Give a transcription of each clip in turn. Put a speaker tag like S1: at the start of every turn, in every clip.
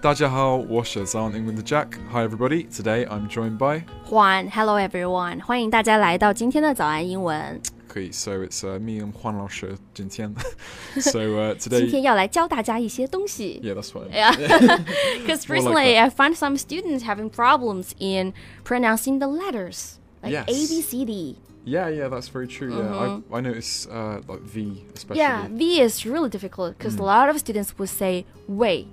S1: 大家好，我是早安英文的Jack. Hi everybody. Today I'm joined by
S2: 欢，Hello everyone，欢迎大家来到今天的早安英文。
S1: Okay, So it's uh, me and Juan Laoshe Jin Tian. So uh,
S2: 今
S1: today,
S2: 天要来教大家一些东西。
S1: yeah, that's what. I-
S2: Yeah, because
S1: More like
S2: recently
S1: that.
S2: I found some students having problems in pronouncing the letters like
S1: Yes.
S2: A B C D.
S1: Yeah, yeah, that's very true. Yeah, I, I notice uh, like V especially.
S2: Mm-hmm.
S1: Mm.
S2: Yeah, V is really difficult because a lot of students would say way.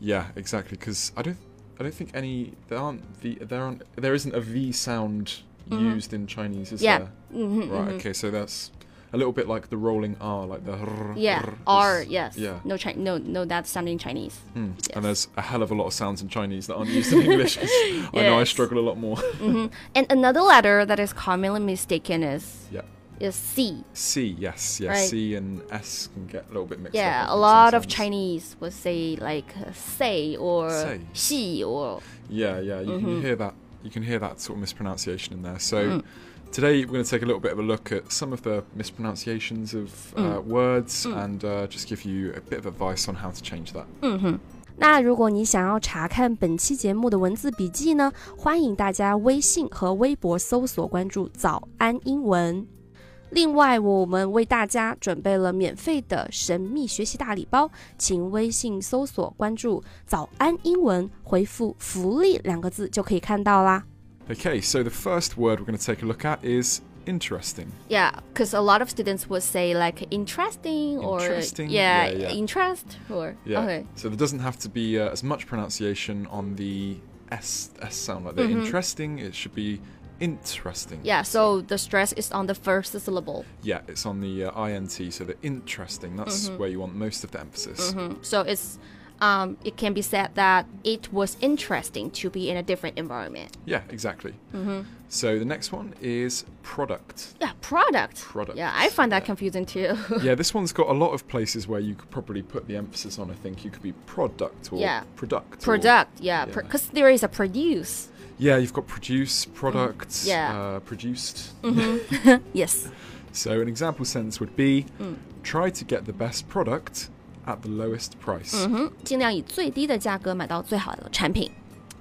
S1: Yeah, exactly. Because I don't, I don't think any there aren't the there aren't there isn't a V sound used in Chinese, is
S2: Mm-hmm. Yeah.
S1: there?
S2: Mhm,
S1: Right.
S2: mhm.
S1: Okay. So that's a little bit like the rolling R, like the. R,
S2: Yeah,
S1: R is-
S2: R. Yes.
S1: Yeah.
S2: No, Chi- no, no. That sound in Chinese.
S1: Hmm. And there's a hell of a lot of sounds in Chinese that aren't used in English. 'cause I know I
S2: Yes.
S1: struggle a lot more.
S2: And another letter that is commonly mistaken is
S1: yeah.
S2: is C.
S1: C, yes, yeah.
S2: Right.
S1: C and S can get a little bit mixed
S2: Yeah,
S1: up. I
S2: a
S1: think,
S2: lot of
S1: sometimes.
S2: Chinese would say like uh, say or
S1: Say.
S2: xi or
S1: Yeah, yeah. You
S2: Mm-hmm.
S1: can hear that. You can hear that sort of mispronunciation in there. So
S2: Mm.
S1: today we're going to take a little bit of a look at some of the mispronunciations of uh,
S2: Mm.
S1: words and uh, just give you a bit of advice on how to change that.
S3: 那如果你想要查看本期节目的文字笔记呢，欢迎大家微信和微博搜索关注“早安英文”。另外，我们为大家准备了免费的神秘学习大礼包，请微信搜索关注“早安英文”，回复“福利”两个字就可以看到啦。
S2: Mm.
S1: Okay, so the first word we're going to take a look at is interesting.
S2: yeah, because a lot of students would say like interesting or
S1: Interesting,
S2: Yeah,
S1: yeah, yeah.
S2: interest or
S1: Yeah.
S2: okay.
S1: So there doesn't have to be uh, as much pronunciation on the S, S sound like that. Interesting, it should be interesting.
S2: Mm-hmm. Yeah, so the stress is on the first syllable.
S1: Yeah, it's on the uh, INT, so the interesting, that's
S2: Mm-hmm.
S1: where you want most of the emphasis.
S2: Mm, So it's um, it can be said that it was interesting to be in a different environment.
S1: Yeah, exactly.
S2: Mm-hmm.
S1: So the next one is product.
S2: Yeah, product.
S1: Product,
S2: Yeah, I find that
S1: yeah.
S2: confusing too.
S1: yeah, this one's got a lot of places where you could probably put the emphasis on. I think you could be product or
S2: Yeah.
S1: product. or-
S2: product.
S1: Yeah.
S2: Yeah, because there is a produce.
S1: yeah, you've got produce, product,
S2: Mm-hmm. Yeah.
S1: uh, produced.
S2: Yes.
S1: So an example sentence would be
S2: Mm.
S1: try to get the best product at the lowest price.
S2: 嗯，Mm-hmm. 尽量以最低的价格买到最好的产品。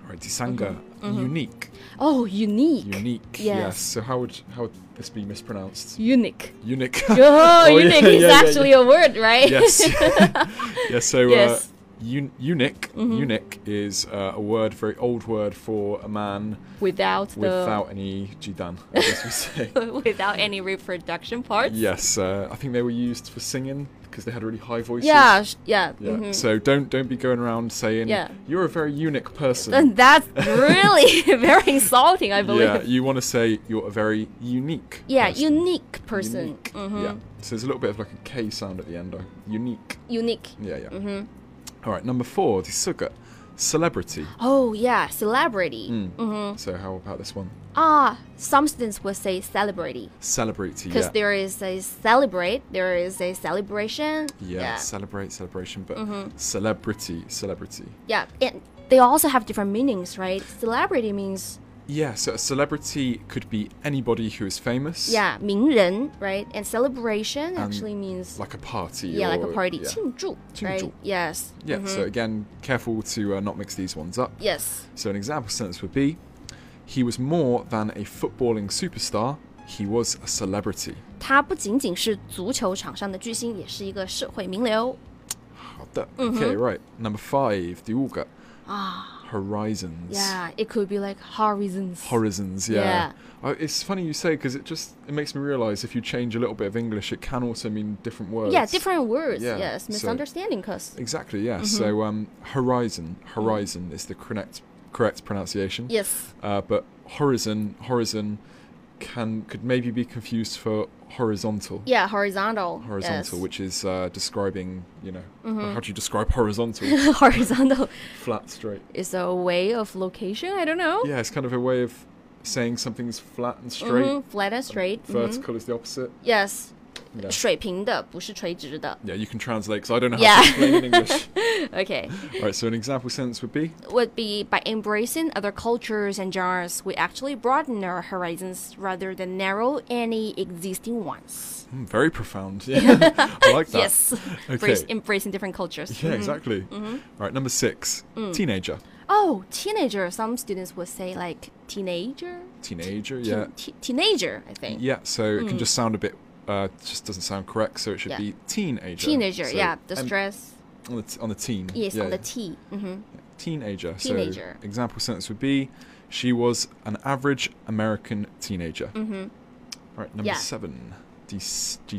S1: Right, Disanga, unique.
S2: Oh, unique.
S1: Unique. Yes.
S2: Mm-hmm. Yes.
S1: So how would how would this be mispronounced?
S2: Unique.
S1: Unique.
S2: Oh,
S1: yeah,
S2: unique
S1: yeah,
S2: is
S1: yeah, yeah.
S2: actually a word, right?
S1: yes. yeah, so
S2: Yes. Mm-hmm.
S1: uh, un- eunuch, eunuch is uh, a word, very old word for a man
S2: Without the
S1: without any jidan, I guess we say.
S2: without any reproduction parts.
S1: yes, uh, I think they were used for singing because they had really high voices.
S2: Yeah, sh- yeah.
S1: Yeah.
S2: mhm.
S1: So don't don't be going around saying
S2: Yeah.
S1: you're a very eunuch person.
S2: And that's really very insulting, I believe.
S1: yeah, you want to say you're a very unique.
S2: Yeah,
S1: person.
S2: unique person.
S1: Unique.
S2: Mhm.
S1: Yeah. So there's a little bit of like a K sound at the end. uh, Unique.
S2: Unique.
S1: Yeah, yeah.
S2: Mm-hmm.
S1: All right, number four, the sugar, celebrity.
S2: Oh yeah, celebrity.
S1: Mm.
S2: Mm-hmm.
S1: So how about this one?
S2: Ah, some students will say celebrity
S1: Celebrity.
S2: because
S1: Yeah.
S2: there is a celebrate, there is a celebration.
S1: yeah, celebrate, celebration, but
S2: Mm-hmm.
S1: celebrity, celebrity.
S2: yeah, yeah. And they also have different meanings, right? Celebrity means
S1: Yeah, so a celebrity could be anybody who is famous.
S2: yeah, 名人, right? And celebration
S1: and
S2: actually means
S1: like a party.
S2: yeah, like a
S1: or-
S2: party.
S1: Yeah.
S2: 庆祝, right?
S1: 庆祝.
S2: Yes.
S1: Yeah, So
S2: Mm-hmm.
S1: again, careful to uh, not mix these ones up.
S2: Yes.
S1: So an example sentence would be, he was more than a footballing superstar. He was a celebrity.
S2: 他不仅仅是足球场上的巨星，也是一个社会名流。
S1: 好的。Okay,
S2: Mm-hmm.
S1: right. Number five, the Uga. Horizons.
S2: Ah. Yeah, it could be like horizons.
S1: horizons yeah,
S2: Yeah.
S1: I, it's funny you say because it just it makes me realize if you change a little bit of english it can also mean different words
S2: yeah, different words.
S1: Yeah,
S2: yes,
S1: so-
S2: misunderstanding cause.
S1: exactly yeah so
S2: Mm-hmm.
S1: um horizon horizon is the correct correct pronunciation
S2: Yes.
S1: uh, but horizon horizon can could maybe be confused for horizontal
S2: Yeah, horizontal.
S1: horizontal
S2: yes. Mm-hmm.
S1: which is uh, describing you know how do you describe horizontal
S2: horizontal
S1: flat straight
S2: is a way of location. I don't know.
S1: yeah it's kind of a way of saying something's flat and straight
S2: Mm-hmm. Mhm, Flat and straight. mhm.
S1: vertical is the opposite
S2: Yes.
S1: Yeah.
S2: 水平的，不是垂直的。
S1: Yeah, you can translate because I don't know how
S2: Yeah.
S1: to explain in English.
S2: Okay,
S1: All right, so an example sentence would be
S2: would be by embracing other cultures and genres, we actually broaden our horizons rather than narrow any existing ones.
S1: hmm, very profound. Yeah, I like that.
S2: Yes, Mm-hmm.
S1: Okay.
S2: embrace, embracing different cultures.
S1: Yeah, exactly. All right, number six,
S2: Mm.
S1: teenager.
S2: Oh, teenager. Some students would say like teenager.
S1: Teenager,
S2: Teen-
S1: yeah.
S2: te- teenager, I think.
S1: Yeah, so it can just sound a bit, uh, just doesn't sound correct, so it should
S2: Hmm. Yeah.
S1: be teenager.
S2: Teenager,
S1: So,
S2: yeah. The
S1: um,
S2: stress.
S1: On the, t- on the teen.
S2: Yes,
S1: yeah,
S2: on the
S1: yeah.
S2: T. hmm
S1: Teenager.
S2: Teenager.
S1: So example sentence would be, she was an average American teenager. Mm-hmm. Right, number
S2: Yeah.
S1: seven, the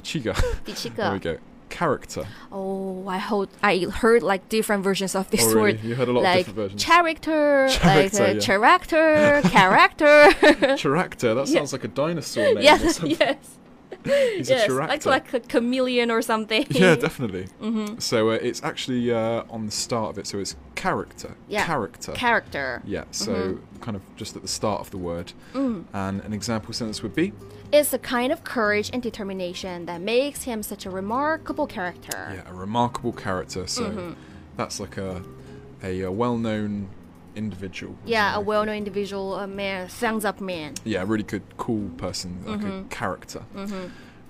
S1: chiga. There we
S2: 第七个.
S1: go. Character.
S2: Oh, I hope I heard like different versions of this
S1: Oh, really?
S2: word.
S1: You heard a lot of
S2: like
S1: different versions.
S2: Character,
S1: Character,
S2: like
S1: yeah.
S2: uh, character, character.
S1: Character. That sounds like a dinosaur name.
S2: yeah,
S1: Or something.
S2: yes,
S1: He's
S2: yes.
S1: a character.
S2: Like like a chameleon or something. Mm-hmm.
S1: yeah, definitely. So uh, it's actually uh, on the start of it. So it's character.
S2: Yeah.
S1: Character.
S2: Character.
S1: yeah. So
S2: Mm-hmm.
S1: kind of just at the start of the word.
S2: Mm.
S1: And an example sentence would be.
S2: It's a kind of courage and determination that makes him such a remarkable character.
S1: Yeah, a remarkable character. So
S2: Mm-hmm.
S1: that's like a a, uh well-known individual.
S2: Yeah, a well known individual, a man, thumbs up man.
S1: Yeah, a really good, cool person, like
S2: Mm-hmm.
S1: a character.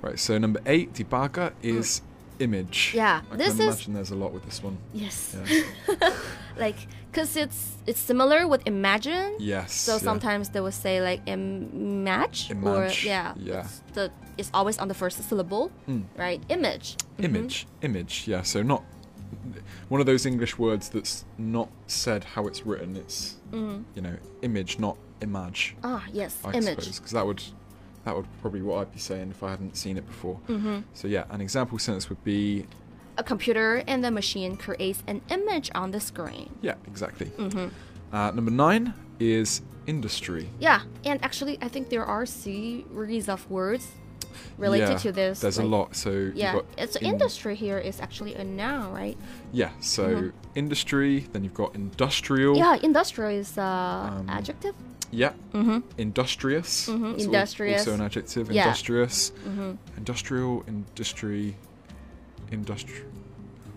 S1: Right. So number eight, debaga is image.
S2: Mm. Yeah,
S1: I
S2: this
S1: can
S2: is-
S1: imagine there's a lot with this one.
S2: Yes.
S1: Yeah.
S2: Like, cause it's it's similar with imagine.
S1: yes.
S2: So
S1: yeah.
S2: sometimes they will say like image or
S1: Image,
S2: yeah,
S1: yeah. Hmm.
S2: It's the it's always on the first syllable, right? Image.
S1: image, image. Yeah. So not one of those English words that's not said how it's written. It's
S2: Mm-hmm.
S1: you know image, not image.
S2: Ah, yes,
S1: I
S2: image.
S1: suppose because that would that would probably what I'd be saying if I hadn't seen it before.
S2: Mm-hmm.
S1: So yeah, an example sentence would be
S2: A computer and the machine creates an image on the screen. Mm-hmm.
S1: yeah, exactly.
S2: Mm.
S1: Uh, number nine is industry
S2: Yeah, and actually, I think there are series of words related
S1: Yeah,
S2: to this.
S1: There's a
S2: like-
S1: lot. So you've
S2: Yeah,
S1: got
S2: it's
S1: in-
S2: industry here is actually a noun, right?
S1: Yeah. So industry. Then you've got industrial.
S2: Yeah, industrial is uh,
S1: Um,
S2: adjective.
S1: Yeah. Industrious. That's al-
S2: Mm-hmm. Industrious.
S1: Also an adjective.
S2: Yeah. Mm-hmm.
S1: Industrious. Industrial, industry, industri.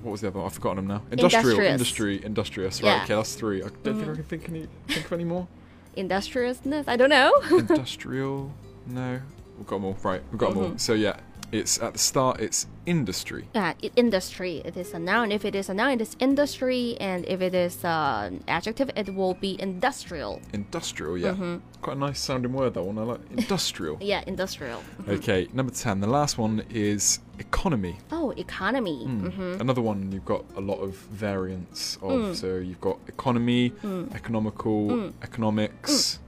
S1: What was the other? one? I've forgotten them now. Industrial,
S2: Industrious.
S1: industry, industrious.
S2: Yeah. Mm-hmm.
S1: Right. Okay, that's three. I don't think I can think any. Think of any more.
S2: Industriousness. I don't know.
S1: Industrial. No. We've got them all. Right. We've got them
S2: Mm-hmm.
S1: all. So yeah, it's at the start. It's industry.
S2: yeah, i- industry. It is a noun. If it is a noun, it is industry, and if it is uh, an adjective, it will be industrial.
S1: Industrial. Yeah.
S2: Mm-hmm.
S1: Quite a nice sounding word that one. I like industrial.
S2: Yeah, industrial.
S1: okay. Number ten. The last one is economy.
S2: Oh, economy.
S1: Hmm. Another one you've got a lot of variants of. So you've got economy, economical, economics,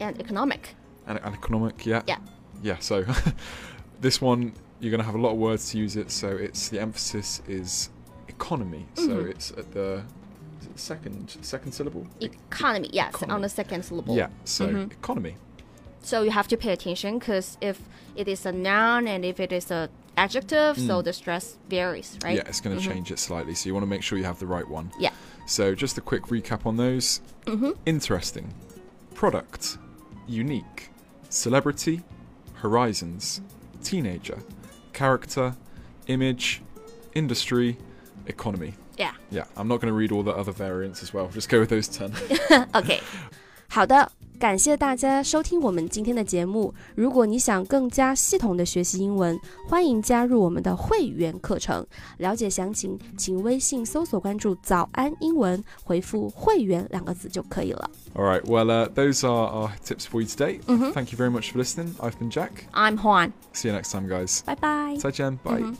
S2: And economic.
S1: and, and economic. Mm. Yeah.
S2: Yeah.
S1: Yeah. So this one you're going to have a lot of words to use it. So it's the emphasis is economy. So it's at the is it second second syllable. Mm-hmm. E- Mm-hmm.
S2: Economy. Yes, on
S1: Economy.
S2: the second syllable.
S1: yeah. So economy.
S2: So you have to pay attention because if it is a noun and if it is a adjective, so
S1: Hmm.
S2: the stress varies, right?
S1: Yeah, it's going to change it slightly. So you want to make sure you have the right one.
S2: Yeah.
S1: So just a quick recap on those. Interesting. Product. Unique. Celebrity. Horizons. Teenager. Character. Image. Industry. Economy.
S2: Yeah.
S1: Yeah, I'm not going to read all the other variants as well. Just go with those 10.
S2: Okay.
S3: 好的，感谢大家收听我们今天的节目。如果你想更加系统的学习英文，欢迎加入我们的会员课程。了解详情，请微信搜索关注“早安英文”，回复“会员”两个字就可以了。
S1: all right, well, uh, those are our tips for you today. Thank you very much for listening. I've been Jack.
S2: I'm Juan.
S1: See you next time, guys.
S3: 拜拜。
S1: Bye, Jen. Bye.